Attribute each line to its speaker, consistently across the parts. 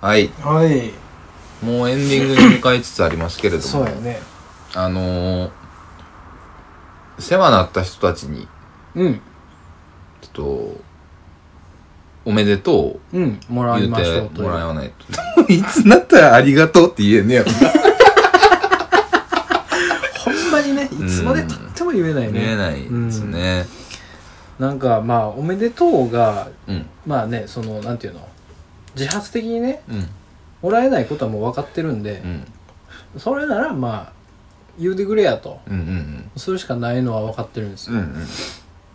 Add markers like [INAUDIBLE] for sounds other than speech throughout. Speaker 1: はい
Speaker 2: はい
Speaker 1: もうエンディングに向かいつつありますけれど
Speaker 2: そう
Speaker 1: も
Speaker 2: やね
Speaker 1: あのー、世話なった人たちに
Speaker 2: うん
Speaker 1: ちょっとおめでとう
Speaker 2: うんもらい
Speaker 1: 言
Speaker 2: ましょ
Speaker 1: う
Speaker 2: う
Speaker 1: て
Speaker 2: と
Speaker 1: もら
Speaker 2: いう
Speaker 1: わないといつになったらありがとうって言えねえよ
Speaker 2: ほんまにねいつまでたっても [LAUGHS] 言えない
Speaker 1: 言え
Speaker 2: ね
Speaker 1: ないですね
Speaker 2: なんかまあおめでとうが
Speaker 1: うん
Speaker 2: まあねそのなんていうの自発的にね
Speaker 1: うん
Speaker 2: もらえないことはもう分かってるんで
Speaker 1: う、ん
Speaker 2: それならまあ言うてくれやと
Speaker 1: うんうん
Speaker 2: それしかないのは分かってるんです
Speaker 1: うんう
Speaker 2: よ、
Speaker 1: んうん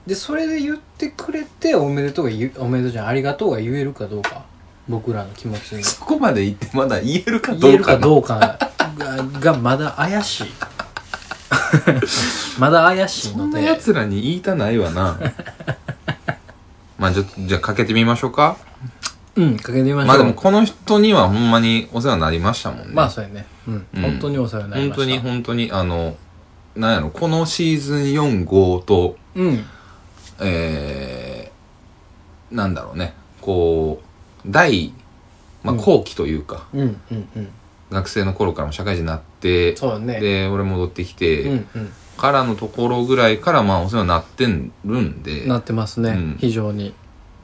Speaker 2: でそれで言ってくれておめでとうが言うおめでとうじゃんありがとうが言えるかどうか僕らの気持ちに
Speaker 1: そこまで言ってまだ言えるかど
Speaker 2: 言え
Speaker 1: う
Speaker 2: るか
Speaker 1: かな
Speaker 2: どうかががまだ
Speaker 1: [LAUGHS]
Speaker 2: 怪しいまだ怪しい
Speaker 1: そ
Speaker 2: の
Speaker 1: んな
Speaker 2: で
Speaker 1: 奴らに言いたないわ
Speaker 2: [LAUGHS]
Speaker 1: なまあちょっとじゃあかけてみましょうか
Speaker 2: うんかけてみましょう
Speaker 1: まあでもこの人にはほんまにお世話になりましたもんね
Speaker 2: まあそうやねうん、
Speaker 1: うん
Speaker 2: 本当にお世話になり
Speaker 1: 本
Speaker 2: ま
Speaker 1: 当に
Speaker 2: した
Speaker 1: 本当にあのなんやろこのシーズン45と
Speaker 2: うん
Speaker 1: えー、なんだろうねこう第、まあ、
Speaker 2: うん
Speaker 1: 後期というか、
Speaker 2: うんうんうん
Speaker 1: 学生の頃からも社会人になって
Speaker 2: そうだね
Speaker 1: で俺戻ってきて、
Speaker 2: うんうん
Speaker 1: からのところぐらいからまあお世話になってるんで
Speaker 2: なってますね、
Speaker 1: うん
Speaker 2: 非常に、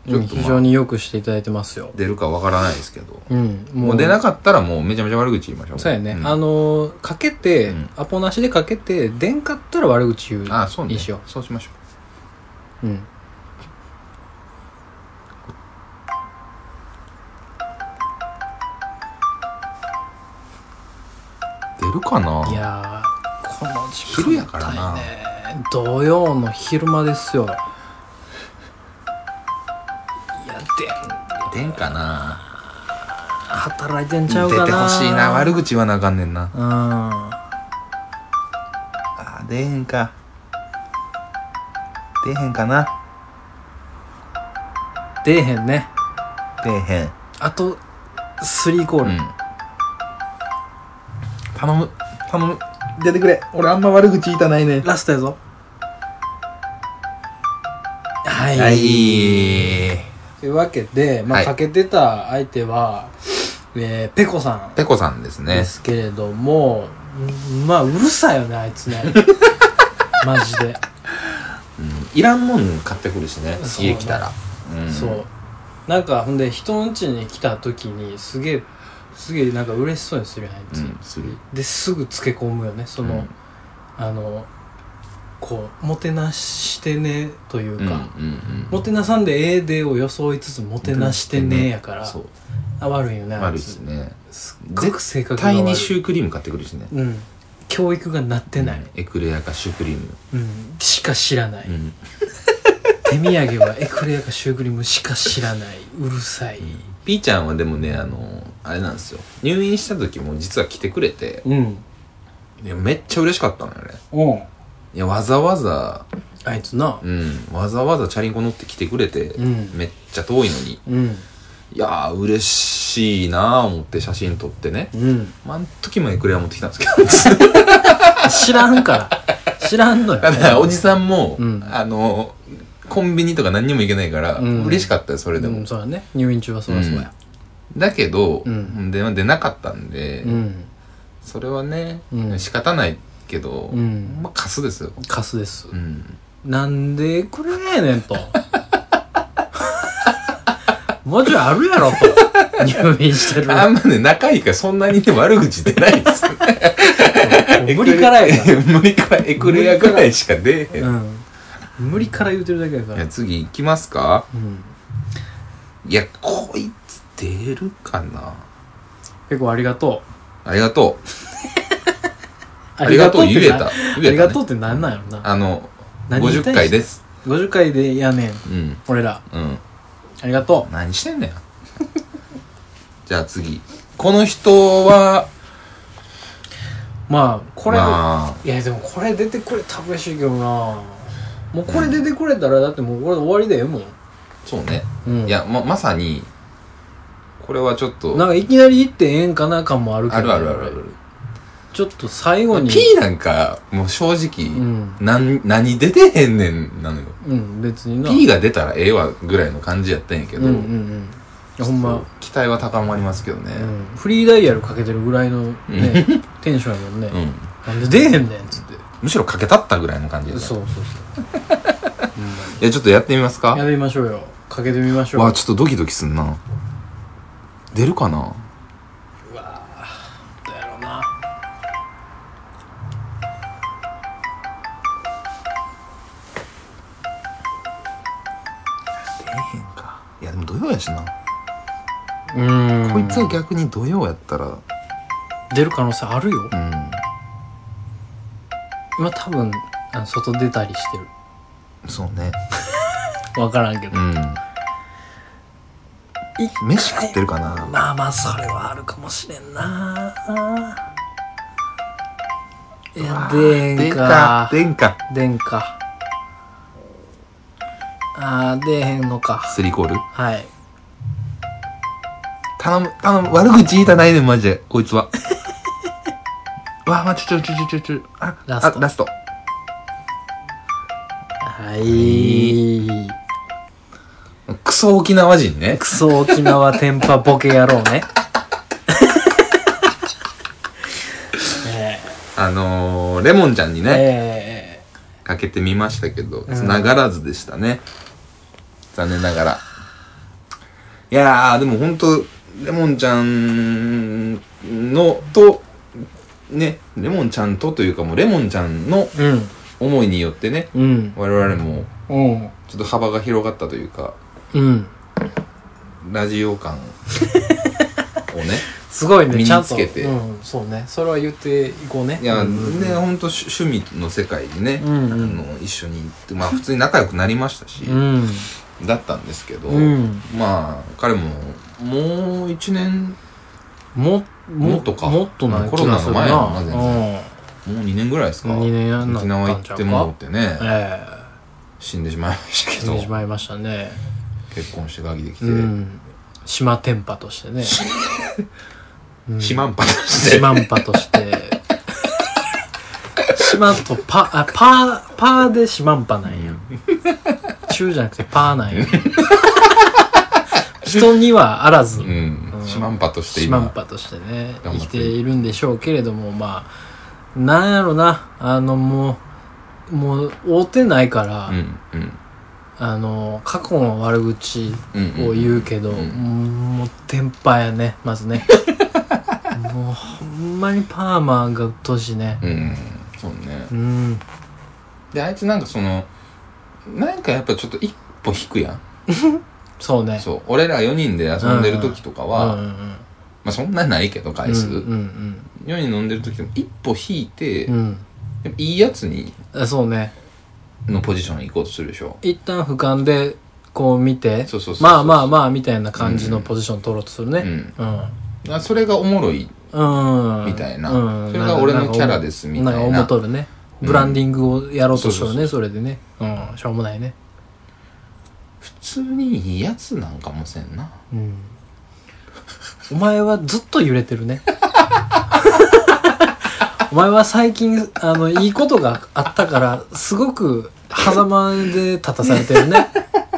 Speaker 1: ちょっとま
Speaker 2: うん
Speaker 1: あ
Speaker 2: 非常によくしていただいてますよ
Speaker 1: 出るかわからないですけど
Speaker 2: うん
Speaker 1: もう出なかったらもうめちゃめちゃ悪口言いましょう
Speaker 2: そうやね、
Speaker 1: ん
Speaker 2: あのーかけて、
Speaker 1: うん
Speaker 2: アポなしでかけて出んかったら悪口言う
Speaker 1: あそうね
Speaker 2: にしよ
Speaker 1: そうしましょ
Speaker 2: う、うん、
Speaker 1: う出るかない
Speaker 2: やーこの時間
Speaker 1: 昼やからな
Speaker 2: 帯ね土曜の昼間ですよいやで
Speaker 1: 出んかな
Speaker 2: 働いてんちゃう
Speaker 1: 出
Speaker 2: かな
Speaker 1: てほしいな悪口言わなあかんねんな
Speaker 2: うん
Speaker 1: あー出えへんか出えへんかな
Speaker 2: 出えへんね
Speaker 1: 出えへん
Speaker 2: あと3コール、
Speaker 1: 頼む頼む出てくれ俺あんま悪口言いたないね
Speaker 2: ラストやぞはい、
Speaker 1: はい
Speaker 2: というわけで、まあ
Speaker 1: はい
Speaker 2: かけてた相手は、えー、ペコさん
Speaker 1: ペコさんですね
Speaker 2: ですけれども、んまあうるさいよねあい
Speaker 1: [LAUGHS]
Speaker 2: つねマジで、
Speaker 1: いらんもん買ってくるしね
Speaker 2: そう
Speaker 1: 家来たらうん
Speaker 2: そうなんかほんで人の家に来た時にすげえすげえなんか嬉しそうにするやんあい
Speaker 1: う
Speaker 2: つ、
Speaker 1: んする
Speaker 2: ですぐつけ込むよねその、
Speaker 1: うん
Speaker 2: あのこうもてなしてねという
Speaker 1: うんうん
Speaker 2: か、
Speaker 1: うん
Speaker 2: もてなさんでええでを装いつつもてなしてねやから、
Speaker 1: そう
Speaker 2: あ悪いよねあ
Speaker 1: 悪
Speaker 2: い
Speaker 1: いし
Speaker 2: つ
Speaker 1: ね
Speaker 2: すっごく性格が悪
Speaker 1: タ
Speaker 2: い
Speaker 1: イにシュークリーム買ってくるしね
Speaker 2: うん教育がなってない、
Speaker 1: エクレアかシュークリーム
Speaker 2: うん、しか知らない、
Speaker 1: うん
Speaker 2: 手土産はエクレアかシュークリームしか知らないうるさい
Speaker 1: ピーちゃんはでもねあのあれなんですよ入院した時も実は来てくれて
Speaker 2: うん
Speaker 1: いやめっちゃ嬉しかったのよね
Speaker 2: うん
Speaker 1: いやわざわざ
Speaker 2: あいつな
Speaker 1: うん、わざわざチャリンコ乗って来てくれて、
Speaker 2: うん
Speaker 1: めっちゃ遠いのに
Speaker 2: うん
Speaker 1: いやー嬉しいなー思って写真撮ってね、
Speaker 2: うん
Speaker 1: まあ、あの時もエクレア持ってきたんですけ
Speaker 2: [LAUGHS]
Speaker 1: ど
Speaker 2: 知らんから知らんのよ
Speaker 1: [LAUGHS] だからおじさんも、
Speaker 2: うん
Speaker 1: あのコンビニとか何にも行けないから、
Speaker 2: うん
Speaker 1: 嬉しかったよそれで
Speaker 2: う
Speaker 1: も、
Speaker 2: んそうだね入院中はそうだそうや
Speaker 1: だけど、
Speaker 2: うん
Speaker 1: で出なかったんで、
Speaker 2: うん
Speaker 1: それはね、
Speaker 2: うん
Speaker 1: 仕方ないけど、
Speaker 2: うん
Speaker 1: まあカスですよ、
Speaker 2: カスです
Speaker 1: うん、
Speaker 2: なんでこれやねんと [LAUGHS] もうちょいあるやろと入院してる
Speaker 1: あんまね仲いいからそんなにね悪口出ないですよ
Speaker 2: [LAUGHS] 無理からやか
Speaker 1: 無理からエクレアぐらいしか出えへん
Speaker 2: ら、うん、無理から言うてるだけやか
Speaker 1: い
Speaker 2: ら
Speaker 1: や、次行きますか
Speaker 2: うん、
Speaker 1: いや、こいつ出るかな
Speaker 2: 結構ありがとう
Speaker 1: ありがとう。ありがとう
Speaker 2: って
Speaker 1: 言えた。言えた
Speaker 2: な
Speaker 1: ね
Speaker 2: ありがとうってなんなんやろな
Speaker 1: あの、
Speaker 2: 何に対して
Speaker 1: 50回です。
Speaker 2: 50回でやねん
Speaker 1: うん。
Speaker 2: 俺ら
Speaker 1: うん。
Speaker 2: ありがと
Speaker 1: 何してんだよ。 [LAUGHS] じゃあ次。この人は、
Speaker 2: うまあこれ、
Speaker 1: まあ、
Speaker 2: いやでもこれ出てくれたら嬉しいけどなもうこれ出てくれたらだってもうこれで終わりだよもう、
Speaker 1: そうね。
Speaker 2: うん、
Speaker 1: いや、ま、まさに、これはちょっ
Speaker 2: なん
Speaker 1: と、
Speaker 2: かいきなり行ってええんかな感もあるけど
Speaker 1: あるあるあるある。
Speaker 2: ちょっと最後に
Speaker 1: P なんか、もう正直、
Speaker 2: うん
Speaker 1: なん、何出てへんねんなのよ。
Speaker 2: うん別にな
Speaker 1: P が出たらええわぐらいの感じやったんやけど、
Speaker 2: うんうんうんやほんま、
Speaker 1: 期待は高まりますけどね。
Speaker 2: うん、フリーダイヤルかけてるぐらいのね、テンションやもんね、
Speaker 1: うん。
Speaker 2: なんで出えへんねんっつって
Speaker 1: むしろ駆け立ったぐらいの感じです、
Speaker 2: そう
Speaker 1: ね。
Speaker 2: そうそうほんま
Speaker 1: いや、ちょっとやってみますか
Speaker 2: にやってみましょうよかけてみましょう
Speaker 1: わあ、ちょっとドキドキすんな。出るかな
Speaker 2: うわーどうやろうな
Speaker 1: 出へんか。いや、でも土曜やしな。
Speaker 2: うーん
Speaker 1: こいつは逆に土曜やったら、
Speaker 2: 出る可能性あるよ
Speaker 1: う
Speaker 2: 今多分あの外出たりしてる
Speaker 1: ん。そうね。
Speaker 2: 分からんけど、い
Speaker 1: うん。飯食ってるかな
Speaker 2: まあまあそれはあるかもしれんないう
Speaker 1: わ
Speaker 2: や
Speaker 1: あ
Speaker 2: でんか
Speaker 1: 出んか。
Speaker 2: でんかあー出えへんのか
Speaker 1: スリーコール
Speaker 2: はい
Speaker 1: 頼む、頼む、悪口言いたないねん、マジで、こいつは。 [LAUGHS] わあ、まあ、ちょちょちょちょちょ、あ、
Speaker 2: ラスト
Speaker 1: あラスト。
Speaker 2: はい
Speaker 1: クソ沖縄人ね
Speaker 2: ク。ソ沖縄天パボケ野郎
Speaker 1: [LAUGHS]
Speaker 2: ねえ
Speaker 1: あのー、レモンちゃんに
Speaker 2: ええ
Speaker 1: ね、
Speaker 2: え
Speaker 1: かけてみましたけど、
Speaker 2: ん
Speaker 1: 繋がらずでしたね。残念ながら。いやー、でもほんと、レモンちゃんの、と、ね、レモンちゃんとというかもう、レモンちゃんの
Speaker 2: うん。
Speaker 1: 思いによってね、
Speaker 2: うん。
Speaker 1: 我々も、
Speaker 2: うん。
Speaker 1: ちょっと幅が広がったというか、
Speaker 2: うん。
Speaker 1: ラジオ
Speaker 2: [LAUGHS]
Speaker 1: 感をね。
Speaker 2: すごいね、
Speaker 1: 身
Speaker 2: ちゃ
Speaker 1: に
Speaker 2: ん
Speaker 1: つ
Speaker 2: と。
Speaker 1: けて
Speaker 2: うん。そうね。それは言っていこうね。
Speaker 1: いや、
Speaker 2: うん。
Speaker 1: ね、ほんと趣趣味の世界にね、
Speaker 2: うんうん
Speaker 1: あの一緒に行って、まあ普通に仲良くなりましたし、
Speaker 2: うん。
Speaker 1: だったんですけど、
Speaker 2: うん
Speaker 1: まあ彼ももう一年、
Speaker 2: も、
Speaker 1: もっとか
Speaker 2: もっとない
Speaker 1: コロナの前やもんな
Speaker 2: 気がする
Speaker 1: もう二年ぐらいですか
Speaker 2: うん。2年やんな
Speaker 1: 沖縄行ってもらってね、
Speaker 2: え
Speaker 1: 死んでしまいました
Speaker 2: え。
Speaker 1: け
Speaker 2: 死んでし
Speaker 1: ど、
Speaker 2: まいましたね。
Speaker 1: 結婚してガキできて、
Speaker 2: うん。島天パとしてね。うん
Speaker 1: シマンパとして、
Speaker 2: 島んぱとして。島とパ、あ、パー、パーで島んぱなんや。中じゃなくてパーな
Speaker 1: [LAUGHS]
Speaker 2: んや。人にはあらず。
Speaker 1: うん、シマンパとして
Speaker 2: 島ん
Speaker 1: 今、
Speaker 2: ぱとしてね、
Speaker 1: 頑張
Speaker 2: 生
Speaker 1: って
Speaker 2: きているんでしょうけれども、まあ、なんやろな、あの、もう、もう、会うてないから、
Speaker 1: うん、うん、
Speaker 2: あの、過去の悪口
Speaker 1: うん、
Speaker 2: を言うけど、
Speaker 1: うん
Speaker 2: うんもうテンパやねまず
Speaker 1: [LAUGHS]
Speaker 2: ねもうほんまにパーマがうっとうしいね
Speaker 1: うん、そうね。
Speaker 2: うん
Speaker 1: であいつなんかそのなんかやっぱちょっと一歩引くやん
Speaker 2: そうね
Speaker 1: そう俺ら4人で遊んでる時とかは、ま
Speaker 2: うんうんうん
Speaker 1: あそんなないけど回数、
Speaker 2: うんうん
Speaker 1: 4人飲んでる時でも一歩引いて、
Speaker 2: うんうん
Speaker 1: やっぱいいやつに
Speaker 2: あそうね
Speaker 1: のポジションに行こうとするでしょ
Speaker 2: 一旦俯瞰でこう見て
Speaker 1: そうそうそうそう
Speaker 2: まあまあまあみたいな感じのポジション取ろうとするねうん
Speaker 1: あそれがおもろい
Speaker 2: うん
Speaker 1: みたいな
Speaker 2: うん
Speaker 1: それが俺のキャラですみたいなん
Speaker 2: か思うとるね
Speaker 1: うん
Speaker 2: ブランディングをやろうとしよう
Speaker 1: そ
Speaker 2: ねそれでねうんしょうもないね
Speaker 1: 普通にいいやつなんかもせんな
Speaker 2: うんお前はずっと揺れてるね。 [LAUGHS] お前は最近、あの、いいことがあったから、すごく、狭間で立たされてるね。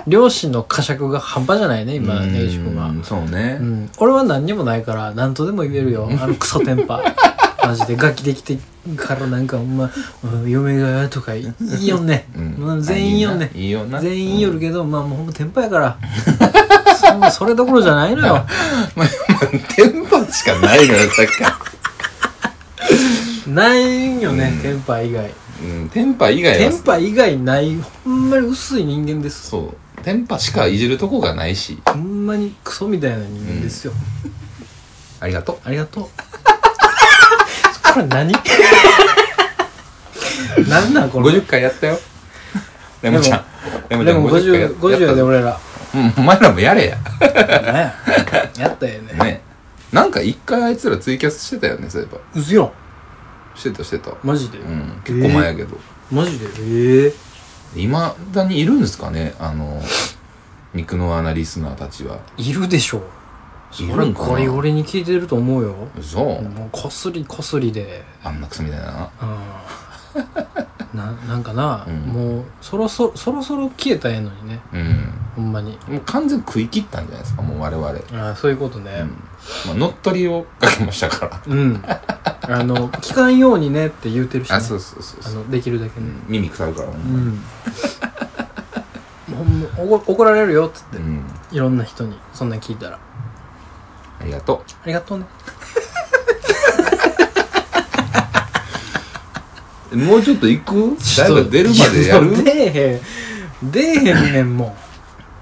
Speaker 2: 両親の呵責が半端じゃないね、今、
Speaker 1: うん
Speaker 2: ネイジ君は。
Speaker 1: そうね、
Speaker 2: うん。俺は何にもないから、何とでも言えるよ。あのクソテンパ。マジで、ガキできてからなんか、お前、うん嫁が、とか言いよんね。もう全員よんね。
Speaker 1: いいよな
Speaker 2: 全員夜るけど、まあもうほんま天パやからそそれどころじゃないのよ
Speaker 1: [LAUGHS] まあまあテンパしかないのよさっきから
Speaker 2: ないんよね、天パ以外
Speaker 1: うんテンパ以外は
Speaker 2: 天パ以外ないほんまに薄い人間です
Speaker 1: そうテンパしかいじるとこがないし
Speaker 2: ほんまにクソみたいな人間ですよ、
Speaker 1: ありがとう
Speaker 2: ありがとうこれ
Speaker 1: [LAUGHS]
Speaker 2: 何何なんこれ
Speaker 1: 50回やったよレモンちゃんレモンち
Speaker 2: で
Speaker 1: ゃん
Speaker 2: も
Speaker 1: 50回や
Speaker 2: 50, 50やで俺ら
Speaker 1: うんお前らもやれや
Speaker 2: ねやったよね
Speaker 1: ねなんか一回あいつらツイキャスしてたよねそういえば
Speaker 2: うずやん
Speaker 1: してたしてた
Speaker 2: マジで、
Speaker 1: うん結構前やけど
Speaker 2: マジでええ
Speaker 1: いまだにいるんですかねあの肉の穴リスナーたちはい
Speaker 2: るでしょう
Speaker 1: いる
Speaker 2: 俺
Speaker 1: んかな
Speaker 2: ゴリゴリに聞いてると思うよ
Speaker 1: そう
Speaker 2: もうこすりこすりで
Speaker 1: あんなクソみたいな
Speaker 2: うん
Speaker 1: [LAUGHS]
Speaker 2: ななんかな、
Speaker 1: うん
Speaker 2: もうそろそろそろそろ消えたらええのにね
Speaker 1: うん
Speaker 2: ほんまに
Speaker 1: もう完全に食い切ったんじゃないですかもう我々、
Speaker 2: ああそういうことね
Speaker 1: まあ、乗っ取りをかけましたから
Speaker 2: うん、あの聞かんようにねって言うてるし、ね、
Speaker 1: あそうそうそう
Speaker 2: あ
Speaker 1: そう、
Speaker 2: のできるだけ
Speaker 1: う
Speaker 2: ね
Speaker 1: ん、耳腐るからほん
Speaker 2: う
Speaker 1: まに
Speaker 2: ん、 [LAUGHS] ほんまおご怒られるよっつって
Speaker 1: うん
Speaker 2: いろんな人にそんなん聞いたらあ
Speaker 1: ありがと
Speaker 2: りがとうね
Speaker 1: うもうちょっと行くだいぶ出るまでやる
Speaker 2: い出えへん出えへんねんも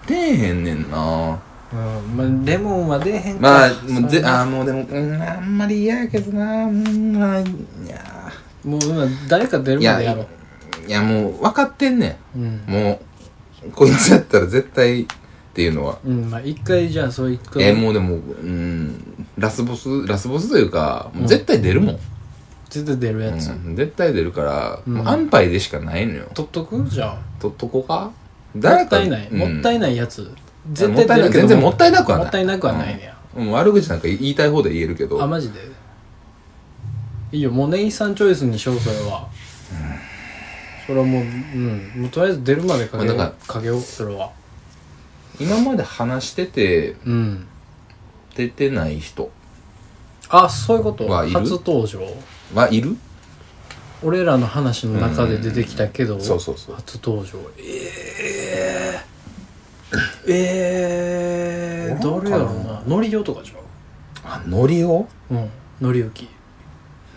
Speaker 1: 出えへんねんな
Speaker 2: う、うんまあ、レモンは出えへん
Speaker 1: まあ
Speaker 2: そう
Speaker 1: もうぜあーもうでも、うん、あんまり嫌やけどなうんまあいや
Speaker 2: もう今誰か出る
Speaker 1: ーいや
Speaker 2: まで
Speaker 1: い
Speaker 2: や
Speaker 1: や
Speaker 2: ろう
Speaker 1: いやもう分かってんね
Speaker 2: うん
Speaker 1: んもうこいつやったら絶対っていうのは
Speaker 2: うんまあ一回じゃあそう一
Speaker 1: え
Speaker 2: 回
Speaker 1: ーもうでもうんラスボスラスボスというかもう絶対出るもん、
Speaker 2: 絶対出るやつ、
Speaker 1: うん絶対出るから、
Speaker 2: うん
Speaker 1: もう安牌でしかないのよ
Speaker 2: 取っとくじゃあ
Speaker 1: とっとこか
Speaker 2: も
Speaker 1: 誰
Speaker 2: った
Speaker 1: か
Speaker 2: いない、
Speaker 1: うん
Speaker 2: もったいないやつ
Speaker 1: やもったいない全然もったいなくはない
Speaker 2: もったいなくはないねや、
Speaker 1: もう悪口なんか言いたい方で言えるけど
Speaker 2: あマジでいいよもうネイさんチョイスにしようそれはそれはもううんもうとりあえず出るまでかけよう
Speaker 1: まあなん
Speaker 2: かけようそれは
Speaker 1: 今まで話してて
Speaker 2: うん
Speaker 1: 出てない人
Speaker 2: あそういうこと
Speaker 1: はいる
Speaker 2: 初登場
Speaker 1: はいる
Speaker 2: 俺らの話の中で出てきたけど、
Speaker 1: んそうそうそう
Speaker 2: 初登場ええええどれやろうなノリオとかじゃ
Speaker 1: あのりお
Speaker 2: んうんノリオキ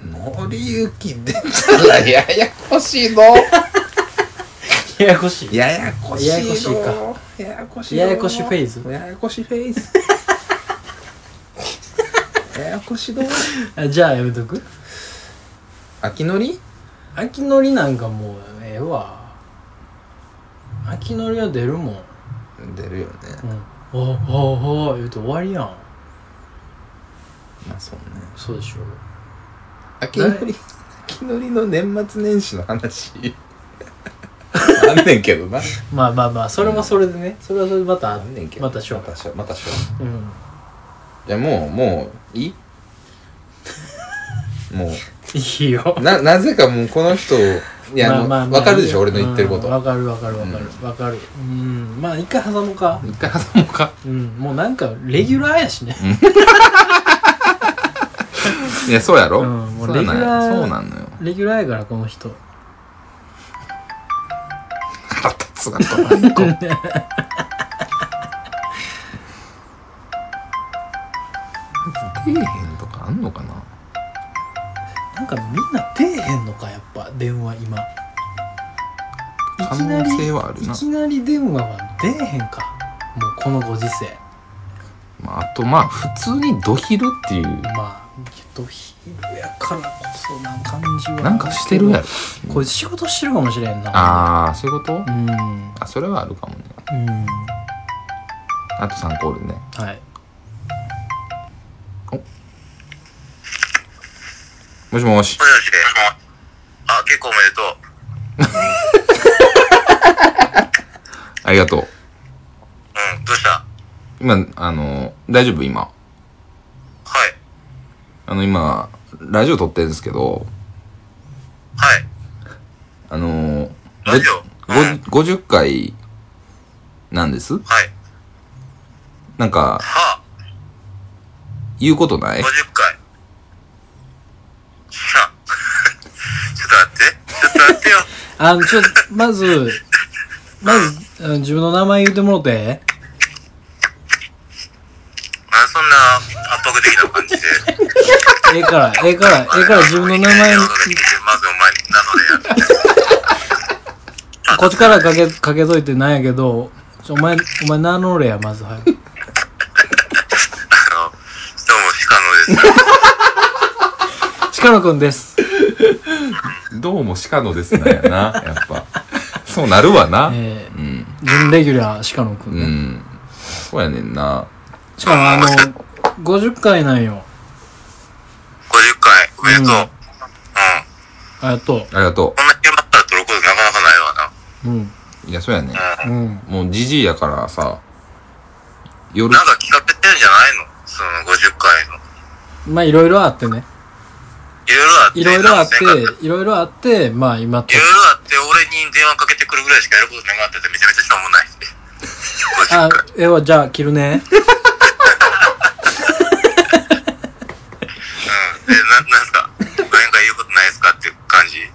Speaker 1: のりゆき出たら [LAUGHS] ややこしいの
Speaker 2: ややこしい
Speaker 1: ややこしいの
Speaker 2: ややこしいか
Speaker 1: ややこしいの
Speaker 2: ややこしフェイズ
Speaker 1: ややこしフェイ [LAUGHS] ズややこしの
Speaker 2: あじゃあやめとく
Speaker 1: 秋のり
Speaker 2: 秋のりなんかもうええわ秋のりは出るもん、うん、
Speaker 1: 出るよね
Speaker 2: おおお言うと終わりやん
Speaker 1: まあそうね
Speaker 2: そうでしょ
Speaker 1: 秋のり秋のりの年末年始の [LAUGHS] 話あんねんけどな
Speaker 2: まあまあまあそれもそれでね、それはそれでまた
Speaker 1: あんねんけど
Speaker 2: またしよう
Speaker 1: またしようまたしよ
Speaker 2: うん
Speaker 1: うじゃあもうもう [LAUGHS] いいも
Speaker 2: いいよ
Speaker 1: うななぜかもうこの人いやもうわかるでしょ俺の言ってるこ
Speaker 2: うんわ、
Speaker 1: と
Speaker 2: かるわかるわかるわ、かるうんまあ一回挟もうか
Speaker 1: 一回挟もうか
Speaker 2: うんもうなんかレギュラーやしね、
Speaker 1: いやそうやろ、
Speaker 2: うんもう
Speaker 1: そうな
Speaker 2: レギュラ
Speaker 1: の
Speaker 2: ー
Speaker 1: よそうなんのよ
Speaker 2: レギュラーやからこの人
Speaker 1: 腹立つなこの子出えへんとかあんのかな
Speaker 2: なんかみんな出えへんのかやっぱ電話今い
Speaker 1: 可
Speaker 2: きな
Speaker 1: 能
Speaker 2: り
Speaker 1: 性はある
Speaker 2: い
Speaker 1: な
Speaker 2: きなり電話は出えへんかもうこのご時世
Speaker 1: まあ、あとまあ普通にドヒルっていう
Speaker 2: まあドヒルやからこそな感じは
Speaker 1: なんかしてるやろ
Speaker 2: こいつ仕事してるかもしれんな
Speaker 1: ああそういうこと、
Speaker 2: うんうん
Speaker 1: あそれはあるかもねあと3コールね
Speaker 2: はい
Speaker 1: もしもし
Speaker 3: もしもし。あ、結構おめでとう。
Speaker 1: [LAUGHS] ありがとう
Speaker 3: うん、どうしたは
Speaker 1: 今あの大丈夫今
Speaker 3: い。
Speaker 1: あの今ラジオ撮ってるんですけど
Speaker 3: はい。
Speaker 1: あの
Speaker 3: ラジオうん
Speaker 1: ご50回なんです
Speaker 3: はい。
Speaker 1: なんか
Speaker 3: はあ、
Speaker 1: 言うことない
Speaker 3: 50回。しゃ。 [LAUGHS] ちょっと待って。ちょっと待ってよ。
Speaker 2: あのちょっとまずまずあの自分の名前言うてもろて
Speaker 3: あ、そんな圧迫的な感じで。
Speaker 2: ええからええからええから自分の名前
Speaker 3: まずお前、なのでやる。
Speaker 2: こっちからかけかけといてなんやけどちょお前お前名乗れやまずはい
Speaker 3: あの、どうも、鹿野です。
Speaker 2: 鹿野くんです
Speaker 1: どうも鹿野ですなやなやっぱ [LAUGHS] そうなるわな、
Speaker 2: えー
Speaker 1: うん
Speaker 2: 準レギュラー鹿野く
Speaker 1: う
Speaker 2: んね、
Speaker 1: んそうやねんな
Speaker 2: しかもあの50回なんよ
Speaker 3: 50回、おめでとう。うん。
Speaker 2: ありがと
Speaker 1: ありがと
Speaker 3: こんな広まったら撮ることなかなかないわな。
Speaker 2: ううん
Speaker 1: ういやそうやね
Speaker 3: うん。
Speaker 2: うん
Speaker 1: もうじじいやからさ夜
Speaker 3: なんか企画やってんじゃないのその50回の。
Speaker 2: まあいろいろあってね
Speaker 3: いろいろあって。
Speaker 2: いろいろあっ
Speaker 3: なんか
Speaker 2: ていろいろあってまあ今と
Speaker 3: いろいろあって、れに電話かけてくるぐらいしかやることなかったってめちゃめちゃしょうもないし。
Speaker 2: あ、えはじゃあ切るね。
Speaker 3: うん。え、な、なんすか何か言うことないですかっていう感じ。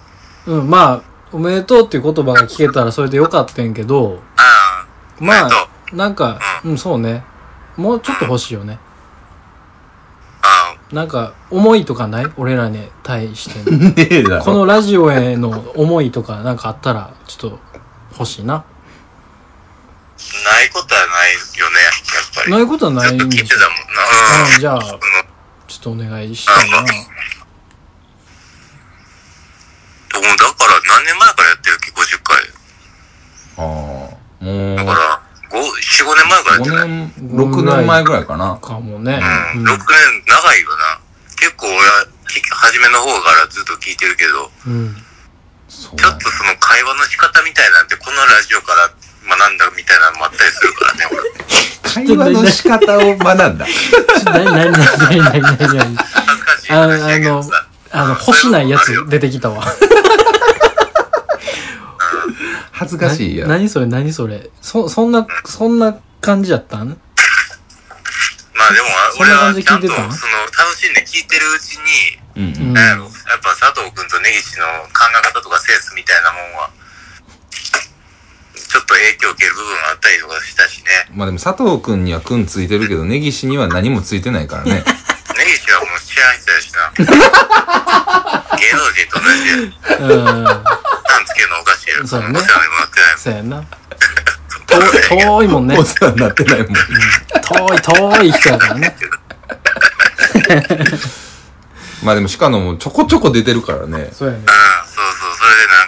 Speaker 2: うん、まあ、おめでとうっていう言葉が聞けたらそれでよかったんやけど、
Speaker 3: ああ、
Speaker 2: ま
Speaker 3: おめでと
Speaker 2: あ、なんか、うん、そうね。もうちょっと欲しいよね。
Speaker 3: ああ、
Speaker 2: なんか、思いとかない俺らに対して [LAUGHS] の。
Speaker 1: ねえだ
Speaker 2: こ
Speaker 1: ろ。
Speaker 2: のラジオへの思いとかなんかあったら、ちょっと欲しいな。
Speaker 3: ないことはないよね、やっぱり。
Speaker 2: ないことはない
Speaker 3: ずっ
Speaker 2: ん
Speaker 3: と
Speaker 2: で
Speaker 3: 聞
Speaker 2: し
Speaker 3: い
Speaker 2: ょ
Speaker 3: て。たもんな。
Speaker 2: うんじゃあ
Speaker 3: その
Speaker 2: ちょっとお願いしたいな。
Speaker 3: 僕もだから何年前からやってるっけ ?50 回。
Speaker 1: ああ。
Speaker 3: だ
Speaker 1: も
Speaker 3: から、5、4、5年前からや
Speaker 1: う、
Speaker 3: って
Speaker 1: 5
Speaker 3: ない。
Speaker 1: 年、6年前ぐらいかな。
Speaker 2: かもね。
Speaker 3: うん、6年長いよな。結構俺は、き初めの方からずっと聞いてるけど、
Speaker 2: うん。うん。
Speaker 1: そう
Speaker 3: ちょっとその会話の仕方みたいなんて、このラジオから学んだみたいなのもあったりするからね、俺。
Speaker 1: 会話の仕方を学んだ。
Speaker 2: ちょなになになになになになに
Speaker 3: 恥ずかしい
Speaker 2: あ
Speaker 3: 話やけ
Speaker 2: の
Speaker 3: どさ。、
Speaker 2: あの、欲しないやつ出てきたわ。
Speaker 1: 恥ずかしいや
Speaker 2: な何それ何それそ、そんな、そんな感じやったん
Speaker 3: まあでも、
Speaker 2: そん
Speaker 3: 俺
Speaker 2: な
Speaker 3: は
Speaker 2: 感じ
Speaker 3: ち
Speaker 2: で
Speaker 3: ゃ
Speaker 2: 聞い
Speaker 3: んと
Speaker 2: てたの
Speaker 3: その楽しんで聞いてるうちに、
Speaker 1: うんうん
Speaker 2: うん。
Speaker 3: なんやろやっぱ佐藤くんと根岸の考え方とかセンスみたいなもんは、ちょっと影響を受ける部分あったりとかしたしね。
Speaker 1: まあでも佐藤くんにはくんついてるけど、根岸には何もついてないからね。
Speaker 3: 根岸はもう知らん人やし
Speaker 2: [LAUGHS]
Speaker 3: な。芸能人と同じや。
Speaker 2: う
Speaker 3: なんつけるのおかしいやろ。
Speaker 2: そうやね
Speaker 3: お世話にもなってない
Speaker 2: ん。そうや
Speaker 3: もん。
Speaker 2: な。
Speaker 3: そうやね
Speaker 2: 遠いもん
Speaker 1: [LAUGHS]
Speaker 2: ね。
Speaker 1: お世話になってないもん。
Speaker 2: 遠い遠い人やからね。
Speaker 1: まあでも鹿野もちょこちょこ出てるからね。
Speaker 2: そうやね。
Speaker 3: うん、そうそう。それでなん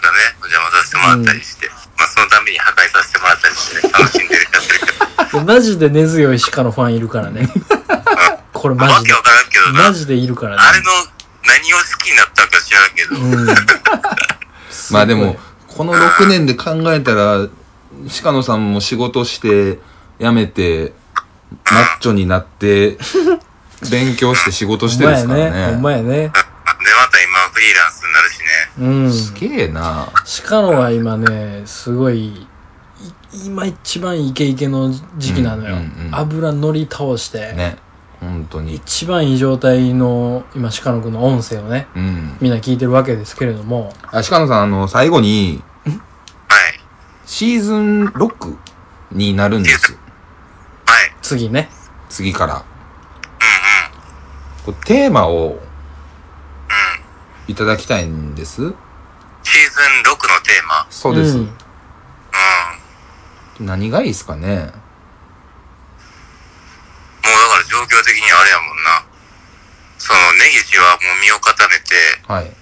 Speaker 3: かね、お邪魔させてもらったりして、まあそのために破壊させてもらったりして、楽しんでやってるけど。
Speaker 2: マジで根強い鹿のファンいるからね。これマ
Speaker 3: わ
Speaker 2: ジ
Speaker 3: け
Speaker 2: で
Speaker 3: わ。からんけどな。
Speaker 2: マジでいるからね。
Speaker 3: あれの何を好きになったか知らんけど。
Speaker 2: うん。
Speaker 1: まあでも、この6年で考えたら、鹿野さんも仕事して、辞めて、マッチョにな [LAUGHS] って、勉強して仕事してです
Speaker 2: ほ
Speaker 1: か
Speaker 2: んまや
Speaker 1: ら
Speaker 2: ね。
Speaker 1: ね。
Speaker 2: ほんまやね。
Speaker 3: で、また今フリーランスになるし
Speaker 2: う
Speaker 3: ね。
Speaker 2: ん。
Speaker 1: すげえな。
Speaker 2: 鹿野は今ね、すごい、い今一番イケイケの時期なのよ
Speaker 1: うんうんう。ん
Speaker 2: 油乗り倒して。
Speaker 1: ね。本当に。
Speaker 2: 一番いい状態の今鹿野くんの音声をね
Speaker 1: うん。
Speaker 2: みんな聞いてるわけですけれども
Speaker 1: あ、鹿野さん、あの、最後に、
Speaker 3: はい。
Speaker 1: シーズン6になるんですよ。
Speaker 3: はい。
Speaker 2: 次ね
Speaker 1: 次から。
Speaker 3: うんうん。
Speaker 1: こうテーマを
Speaker 3: うん。
Speaker 1: いただきたいんです。
Speaker 3: シーズン6のテーマ。
Speaker 1: そうです。
Speaker 2: ん
Speaker 3: うん。
Speaker 1: 何がいいですかね
Speaker 3: もうだから状況的にあれやもんな。その、根岸はもう身を固めて、
Speaker 1: はい。
Speaker 3: で、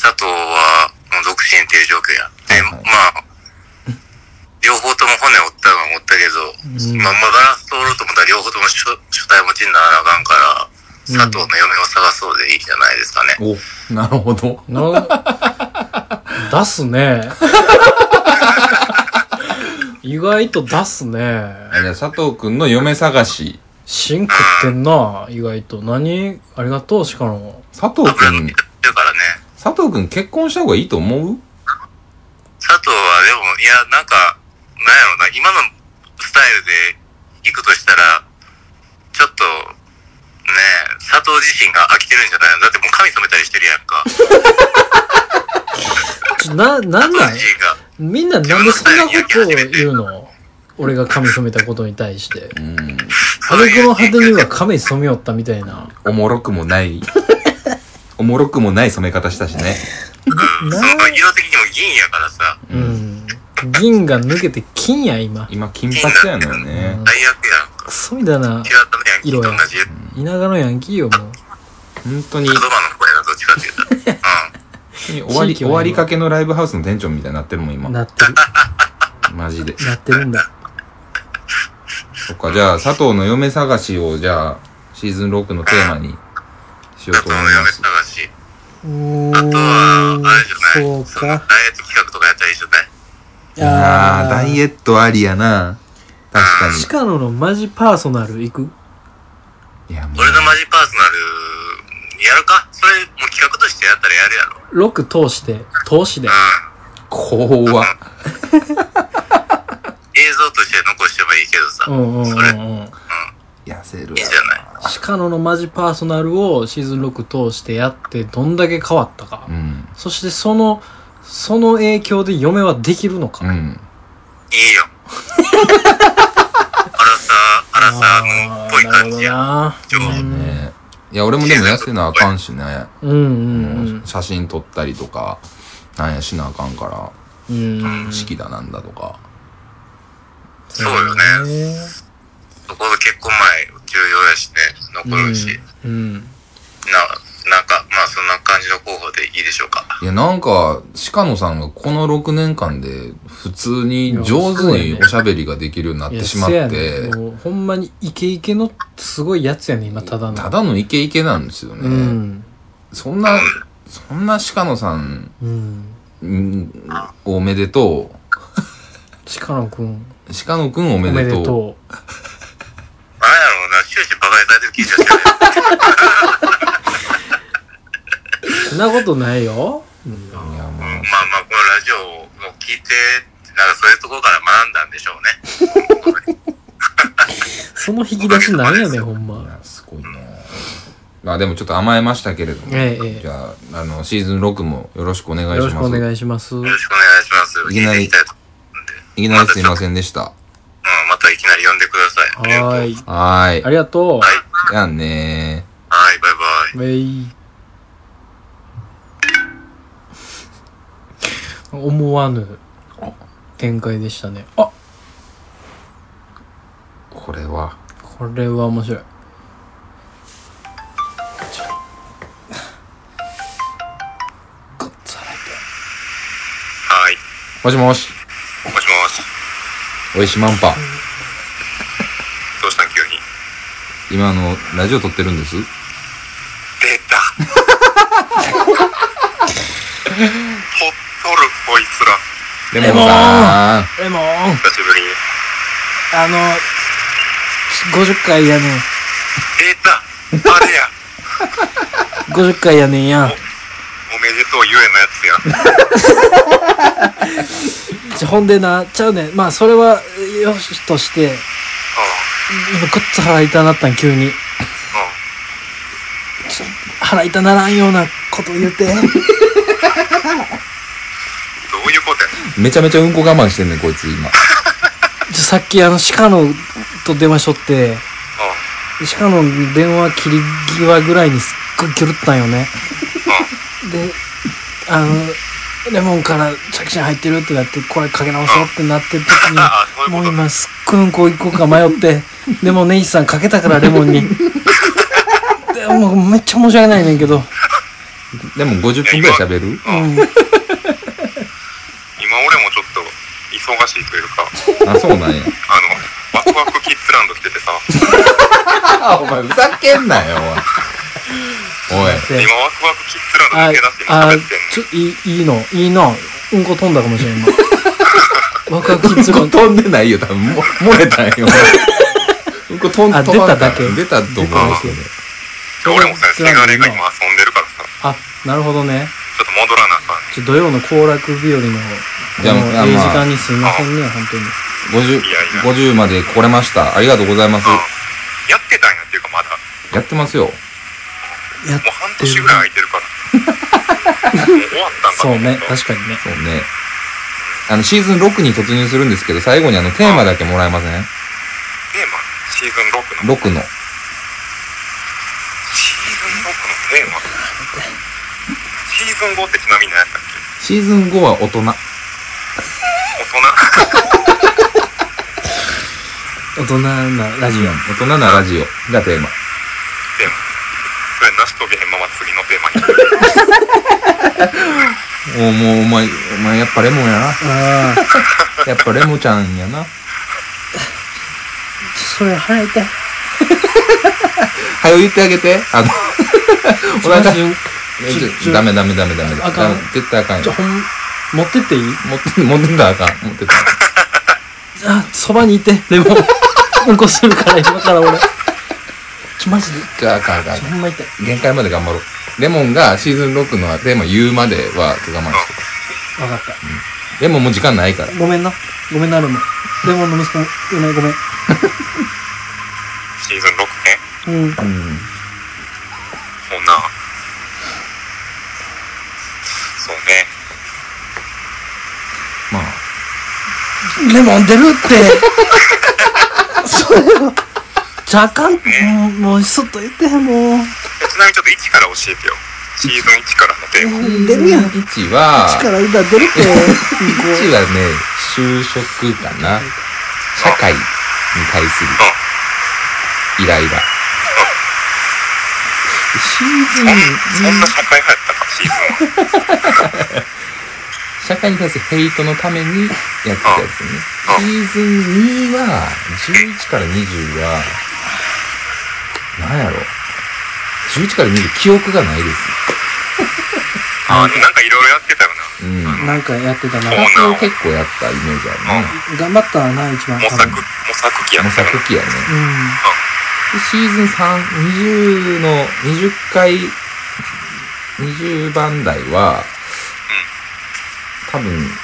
Speaker 3: 佐藤はもう独身っていう状況や。で、
Speaker 1: はいはい
Speaker 3: まあ、両方とも骨折ったのは折ったけ
Speaker 2: う
Speaker 3: ど、
Speaker 2: ん
Speaker 3: まあ、まあバランス取ろうと思ったら両方とも所所帯持ちにならなあかんから、佐藤の嫁を探そうでいいんじゃないですかね。
Speaker 1: お、なるほど。
Speaker 2: な出す
Speaker 3: [LAUGHS]
Speaker 2: ね意外と出すね
Speaker 1: あじゃあ佐藤くんの嫁探し。
Speaker 2: シンクってんな意外と何ありがとう鹿野
Speaker 1: 佐藤く
Speaker 3: 油の
Speaker 1: ん
Speaker 3: 気、だってるからね。
Speaker 1: 佐藤くん結婚した方がいいと思う
Speaker 3: 佐藤はでも、いや、なんか、なんやろな、今のスタイルで行くとしたら、ちょっと、ねえ佐藤自身が飽きてるんじゃないのだってもう髪染めたりしてるやんか。佐
Speaker 2: ちょななん
Speaker 3: 藤
Speaker 2: なん
Speaker 3: 自身が。
Speaker 2: みんななんでそんなことを言うの俺が髪染めたことに対して
Speaker 1: うん。
Speaker 2: あの子の果てには髪染めよったみたいな
Speaker 1: おもろくも [LAUGHS] ない。おもろくもない染め方したしね。
Speaker 3: うん、その色的にも銀やからさ、
Speaker 2: うん銀が抜けて金や今
Speaker 1: 今金髪やのよね。
Speaker 3: 最悪やんか。
Speaker 2: クソみたいな
Speaker 3: 白玉のヤンキーと同じ。
Speaker 2: 田舎のヤンキーよもう
Speaker 1: 本当に、
Speaker 3: 言葉の声だ、どっちかって
Speaker 2: [LAUGHS]
Speaker 3: 言ったら。うん。
Speaker 1: 終わり、終わりかけのライブハウスの店長みたいになってるもん、今。
Speaker 2: なってる
Speaker 1: マジで。
Speaker 2: なってるんだ
Speaker 1: そっか、じゃあ、佐藤の嫁探しを、じゃあ、シーズン6のテーマにしよう
Speaker 3: 佐
Speaker 1: と
Speaker 3: 藤
Speaker 1: 思い
Speaker 3: の
Speaker 1: ま
Speaker 3: 嫁
Speaker 1: す。
Speaker 3: 探し。
Speaker 2: うーん
Speaker 3: あとは、あれじゃない
Speaker 2: そう
Speaker 3: そのダ
Speaker 2: か
Speaker 3: イエット企画とかやったらいいじゃない
Speaker 1: いやー、ダイ
Speaker 2: エ
Speaker 1: エットありやな。確かに。
Speaker 2: 鹿野のマジパーソナル行く
Speaker 1: いや、もう
Speaker 3: 俺のマジパーソナル、やるかそれ、もう企画としてやったらやるやろ。
Speaker 2: 6通して通しで
Speaker 3: うん。
Speaker 1: 怖っ。
Speaker 3: 映像として残してもいいけどさ、
Speaker 2: うんうんう
Speaker 3: それ、うん、い
Speaker 2: ん
Speaker 3: い
Speaker 2: うん
Speaker 1: 痩せるわ
Speaker 3: じゃない。
Speaker 2: 鹿野のマジパーソナルをシーズン6通してやってどんだけ変わったか、
Speaker 1: うん。
Speaker 2: そしてそのその影響で嫁はできるのか、
Speaker 1: うん。
Speaker 3: いいよ。アラサー、アラサーのっぽい感じや。
Speaker 2: あーなるほどな
Speaker 1: ねいや、俺もでも痩せなあかんしね。
Speaker 2: うんうんうん
Speaker 1: もう写真撮ったりとか、なんやしなあかんか
Speaker 2: うん
Speaker 1: ら、式だなんだとか。
Speaker 3: そうよね。そこの結婚前、重要やしね、残るし。
Speaker 2: うん、うん
Speaker 3: な、なんか、まあそんな感じの候補でいいでしょうか。
Speaker 1: いや、なんか、鹿野さんがこの6年間で、普通に上手におしゃべりができるようになっ
Speaker 2: い
Speaker 1: て
Speaker 2: や
Speaker 1: しまっ
Speaker 2: せや
Speaker 1: て
Speaker 2: ね、もうほんまにイケイケのすごいやつやね今ただの
Speaker 1: ただのイケイケなんですよ
Speaker 2: う
Speaker 1: ね。
Speaker 2: ん
Speaker 1: そんな、そんな鹿野さん
Speaker 2: うん
Speaker 1: うんおめでとう。
Speaker 2: 鹿野くん
Speaker 1: 鹿野くんお
Speaker 2: お
Speaker 1: め
Speaker 2: め
Speaker 1: で
Speaker 2: で
Speaker 1: とう。
Speaker 2: とう
Speaker 3: なんやろうな、終始馬鹿にされてる気がしてる。
Speaker 2: そんなことないよ
Speaker 1: いや、もう
Speaker 3: うんまあまあ、このラジオを聞いて、なんかそういうところから学んだんでしょうね。
Speaker 2: その引き出しなんやねんほん
Speaker 1: い
Speaker 2: ま
Speaker 1: やすごいね。まあでもちょっと甘えましたけれども、
Speaker 2: ええええ
Speaker 1: じゃあ、あの、シーズン6もよろしくお願い
Speaker 2: よろ
Speaker 1: し
Speaker 2: しく
Speaker 1: ま
Speaker 2: お
Speaker 1: す。
Speaker 2: 願いします
Speaker 3: よろしくお願いします。
Speaker 1: いきなり
Speaker 3: 聞てきたいと思うんで。
Speaker 1: いきなりすいませんでした。
Speaker 3: うん、またいきなり呼んでください。ありがとう
Speaker 2: はーい
Speaker 1: はーい
Speaker 2: あ。りがと
Speaker 3: はい。
Speaker 1: じゃあねー。
Speaker 3: はい、バイバイ。
Speaker 2: うめい思わぬ展開でしたねあ
Speaker 1: これは、
Speaker 2: これは面白いごっつ腹痛い
Speaker 3: はい。
Speaker 1: もしもし、
Speaker 3: もしもし。
Speaker 1: おいしまんぱ。
Speaker 3: どうしたん急に。
Speaker 1: 今あの、ラジオ撮ってるんです
Speaker 3: 出た。ほっとる、こいつ
Speaker 1: レ
Speaker 3: ら。
Speaker 2: モン
Speaker 1: モンさ
Speaker 2: レモン
Speaker 3: 久しぶりに。
Speaker 2: あの50回やねん
Speaker 3: 出た。あれや。
Speaker 2: 50回やねんや
Speaker 3: おめでとうゆえのやつや。
Speaker 2: ちょほんでなちゃうねんまあそれはよしとして
Speaker 3: う
Speaker 2: ごっつ腹痛なったん急に
Speaker 3: ん。うん。
Speaker 2: 腹痛ならんようなこと言って
Speaker 3: どういうことや。
Speaker 1: んめちゃめちゃうんこ我慢してんねん、こいつ今。
Speaker 2: じゃさっきあの鹿野と電話しとって
Speaker 3: うん。
Speaker 2: 鹿野の電話切り際ぐらいにすっごい狂ったんよねであのレモンから着信入ってるってなってこれかけ直そうってなってる時
Speaker 3: ああそういう
Speaker 2: にも
Speaker 3: こと
Speaker 2: う今すっごいうんこう行こうか迷って [LAUGHS] でもネイさんかけたからレモンに [LAUGHS] でもうめっちゃ申し訳ないねんけど、
Speaker 1: でも50分くらい喋 [LAUGHS] る
Speaker 2: うん、
Speaker 3: 今俺もちょっと忙しいというか、あ
Speaker 1: あ、そうなんや。
Speaker 3: の、ワクワクキッズランド来ててさ、
Speaker 1: [LAUGHS] あ、お前ふざけんなよ、おい。おい。
Speaker 3: 今
Speaker 2: で
Speaker 3: ワクワクキッズラン
Speaker 2: あ
Speaker 3: ド抜け出して今
Speaker 2: あ
Speaker 3: 喋ってんの。
Speaker 2: ちょいいいいのいいのうんこ飛んだかもしれん [LAUGHS] 今ワクワクキッズ
Speaker 1: うんこ
Speaker 2: ランド
Speaker 1: 飛んでないよ、多分。も漏れたんよ。うんこ飛ん
Speaker 2: あ
Speaker 1: 飛ばんから
Speaker 2: 出ただけ
Speaker 1: 出たと思うんですけど。
Speaker 3: 俺もさ、せがれが今遊んでるからさ、ち
Speaker 2: あなるほどね
Speaker 3: ょっと戻らなあかん。
Speaker 2: ちょ土曜の行楽日和
Speaker 1: じ
Speaker 2: の
Speaker 1: ゃあ
Speaker 2: この
Speaker 1: まあ
Speaker 2: いい時間にすいませんね本当に
Speaker 1: 50
Speaker 3: いやいや、
Speaker 1: 50まで来れました。ありがとうございます。
Speaker 3: やってたんやっていうかまだ、も
Speaker 1: やってますよ。
Speaker 2: やっ
Speaker 3: う半年ぐらい空いてるから。もう終わったんか
Speaker 2: そうね
Speaker 3: かに。
Speaker 2: 確かにね
Speaker 1: そうね。あの、シーズン6に突入するんですけど、最後にあの、テーマだけもらえません
Speaker 3: テーマ、シーズン6
Speaker 1: ?6 の。
Speaker 3: の、シーズン6のテーマ。シーズン5ってちなみに何やったっけ
Speaker 1: シーズン5は大人。
Speaker 3: 大人 [LAUGHS]
Speaker 2: 大人なラジオ
Speaker 1: 大人なラジオがテーマ。
Speaker 3: テーマ。それ成し遂げへんまま次のテーマに。
Speaker 1: おもう、お前、お前やっぱレモンやな。
Speaker 2: ああ
Speaker 1: やっぱレモちゃんやな。
Speaker 2: [LAUGHS] それ腹痛い
Speaker 1: はよ言ってあげて。あ
Speaker 2: [LAUGHS]
Speaker 1: の、お腹、
Speaker 2: ちょ
Speaker 1: ちょダメダメダメダメダメ。
Speaker 2: あか
Speaker 1: ダ
Speaker 2: ん
Speaker 1: メ絶対あかんよ
Speaker 2: ちょ。ほん持ってっていい
Speaker 1: 持って、持ってたらあかん。持ってたらあかん。
Speaker 2: あそばにいてで [LAUGHS] もうんこするから今から俺ちょマジで
Speaker 1: じゃあ、あかんあかんあ
Speaker 2: ちょ
Speaker 1: か
Speaker 2: ほんま痛い
Speaker 1: ん。限界まで頑張ろう。レモンがシーズン6のテーマ言うまでは、ちょっと我慢して。
Speaker 2: わかった
Speaker 1: レモンもう時間ないから。
Speaker 2: ごめんな。ごめんな、レモン。レモンの息子も、ごめん、ごめん。
Speaker 3: シーズン6ね。
Speaker 2: うん。
Speaker 1: うん。
Speaker 3: もうな。そうね。
Speaker 1: まあ、
Speaker 2: レモン出るって。 [LAUGHS] それは。じゃあかん、もう、もう、そっと言って、もう。
Speaker 3: ちなみにちょっと1から教えてよ。シーズン1からのテーマ。
Speaker 2: 出るやん。
Speaker 1: 1は、
Speaker 2: 力ら今出る [LAUGHS] って。
Speaker 1: 1はね、就職かな。社会に対するイライラ。シーズン、
Speaker 3: そんな社会派やったか、シーズンは。
Speaker 1: 社会に対するヘイトのためにやってたやつね。
Speaker 3: あ
Speaker 1: シーズン2は、11から20は、なんやろ。11から20、記憶がないです。
Speaker 3: あなんかいろいろやってたよな。
Speaker 1: うん。
Speaker 2: なんかやってたな。
Speaker 1: 学校結構やったイメージあるな。
Speaker 2: 頑張ったな、一番。
Speaker 3: 模索、模索期や
Speaker 1: 模
Speaker 3: ったよな。
Speaker 1: 索期やね。
Speaker 2: う
Speaker 1: でシーズン3、20の、20回、20番台は、多分、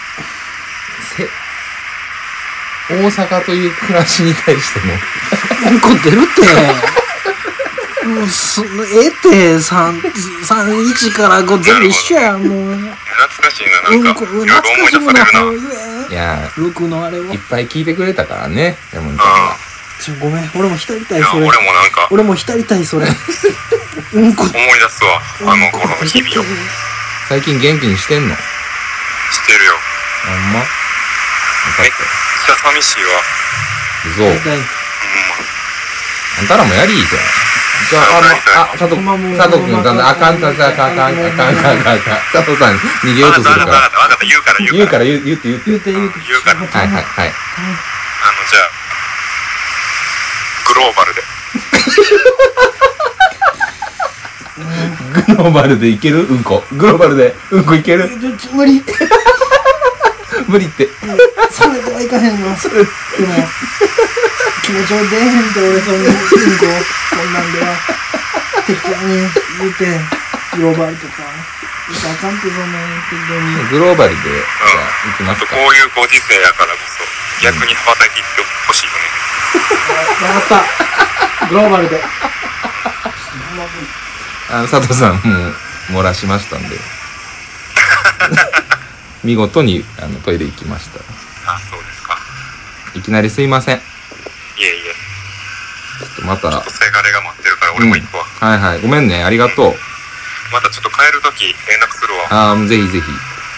Speaker 1: せ、大阪という暮らしに対しても、
Speaker 2: ん。うんこ出るって。もう、その、ええって、三、三、一から五全部一緒やん、もう。
Speaker 3: 懐かしいな、
Speaker 2: う
Speaker 3: なん
Speaker 2: ん
Speaker 3: か。
Speaker 2: こ、
Speaker 3: いろいろ
Speaker 2: 懐
Speaker 3: 思
Speaker 2: か
Speaker 3: い
Speaker 2: しい
Speaker 3: 出
Speaker 2: も
Speaker 3: さ
Speaker 2: ん
Speaker 3: れ
Speaker 2: な
Speaker 3: るな。。
Speaker 2: う
Speaker 3: うん。
Speaker 2: え
Speaker 1: いや
Speaker 2: 六のあれは
Speaker 1: ー、いっ。ぱい聞いてくれたからね、山本ちゃんは。
Speaker 3: い
Speaker 2: ちょ、ごめん、俺も浸りたい、
Speaker 3: や、
Speaker 2: そ
Speaker 3: 俺
Speaker 2: れ
Speaker 3: も。なんか、
Speaker 2: 俺も浸りたい、それ。うんこ。
Speaker 3: 思い出すわ。あの頃の日々を。
Speaker 1: 最近元気にしてんの
Speaker 3: してるよ。
Speaker 1: ほんまよかっ
Speaker 3: めっちゃ寂しいわ。
Speaker 1: たよ。
Speaker 2: 痛
Speaker 1: 嘘。
Speaker 2: い。
Speaker 1: あんたらもやりいいじゃん。じゃあ、あの、あ、佐藤、
Speaker 2: ほんまもう
Speaker 1: 佐藤君、だんだんあかん、あかん、あかん、あかん、あかん、あかん、あかん、佐藤さん、逃げよう
Speaker 3: わ
Speaker 1: と
Speaker 3: かった
Speaker 1: するか。
Speaker 3: わかったわからったわかった。言うから言
Speaker 1: 言う
Speaker 3: うか。
Speaker 1: からら、言う、言って、言って。
Speaker 2: 言うて言うて。
Speaker 3: 言うから
Speaker 1: はい、はい、はい。
Speaker 3: あの、じゃあ、グローバルで。
Speaker 1: グローバルでいけるうんこ。グローバルで、うんこいける
Speaker 2: ちょ無理。
Speaker 1: 無理って。
Speaker 2: それではいかへんの。
Speaker 1: それ、
Speaker 2: でも、気持ちを出へんと俺そのうんこ、こんなんでは、適当に言うて、グローバルとか、いかあかんってそんなに適当に。
Speaker 1: グローバルで、じゃあ、行きま
Speaker 3: あ
Speaker 1: す
Speaker 3: と
Speaker 1: か
Speaker 3: こ。ういうご時世やからこそ、逆に羽ばたきってほしいよね。
Speaker 2: わかった。グローバルで。
Speaker 1: あの、佐藤さん、もう、漏らしましたん
Speaker 3: [LAUGHS]
Speaker 1: で。見事に、あの、トイレ行きました。
Speaker 3: あ、そうですか。
Speaker 1: いきなりすいません。ち
Speaker 3: いえいえ。
Speaker 1: ょっとまた、
Speaker 3: ちょっとせがれが待ってるから俺も行くわ。
Speaker 1: はいはい。ごめんね。ありがとう。
Speaker 3: またちょっと帰るとき連絡するわ。
Speaker 1: ああ、ぜひぜひ、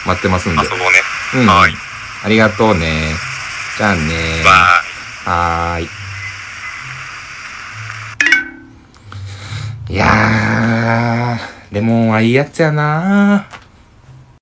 Speaker 1: 待ってますんで。
Speaker 3: 遊ぼうね。
Speaker 1: うん。
Speaker 3: はい
Speaker 1: ありがとうね。じゃあね。
Speaker 3: バイ。
Speaker 1: はーい。いやー、レモンはいいやつやなー。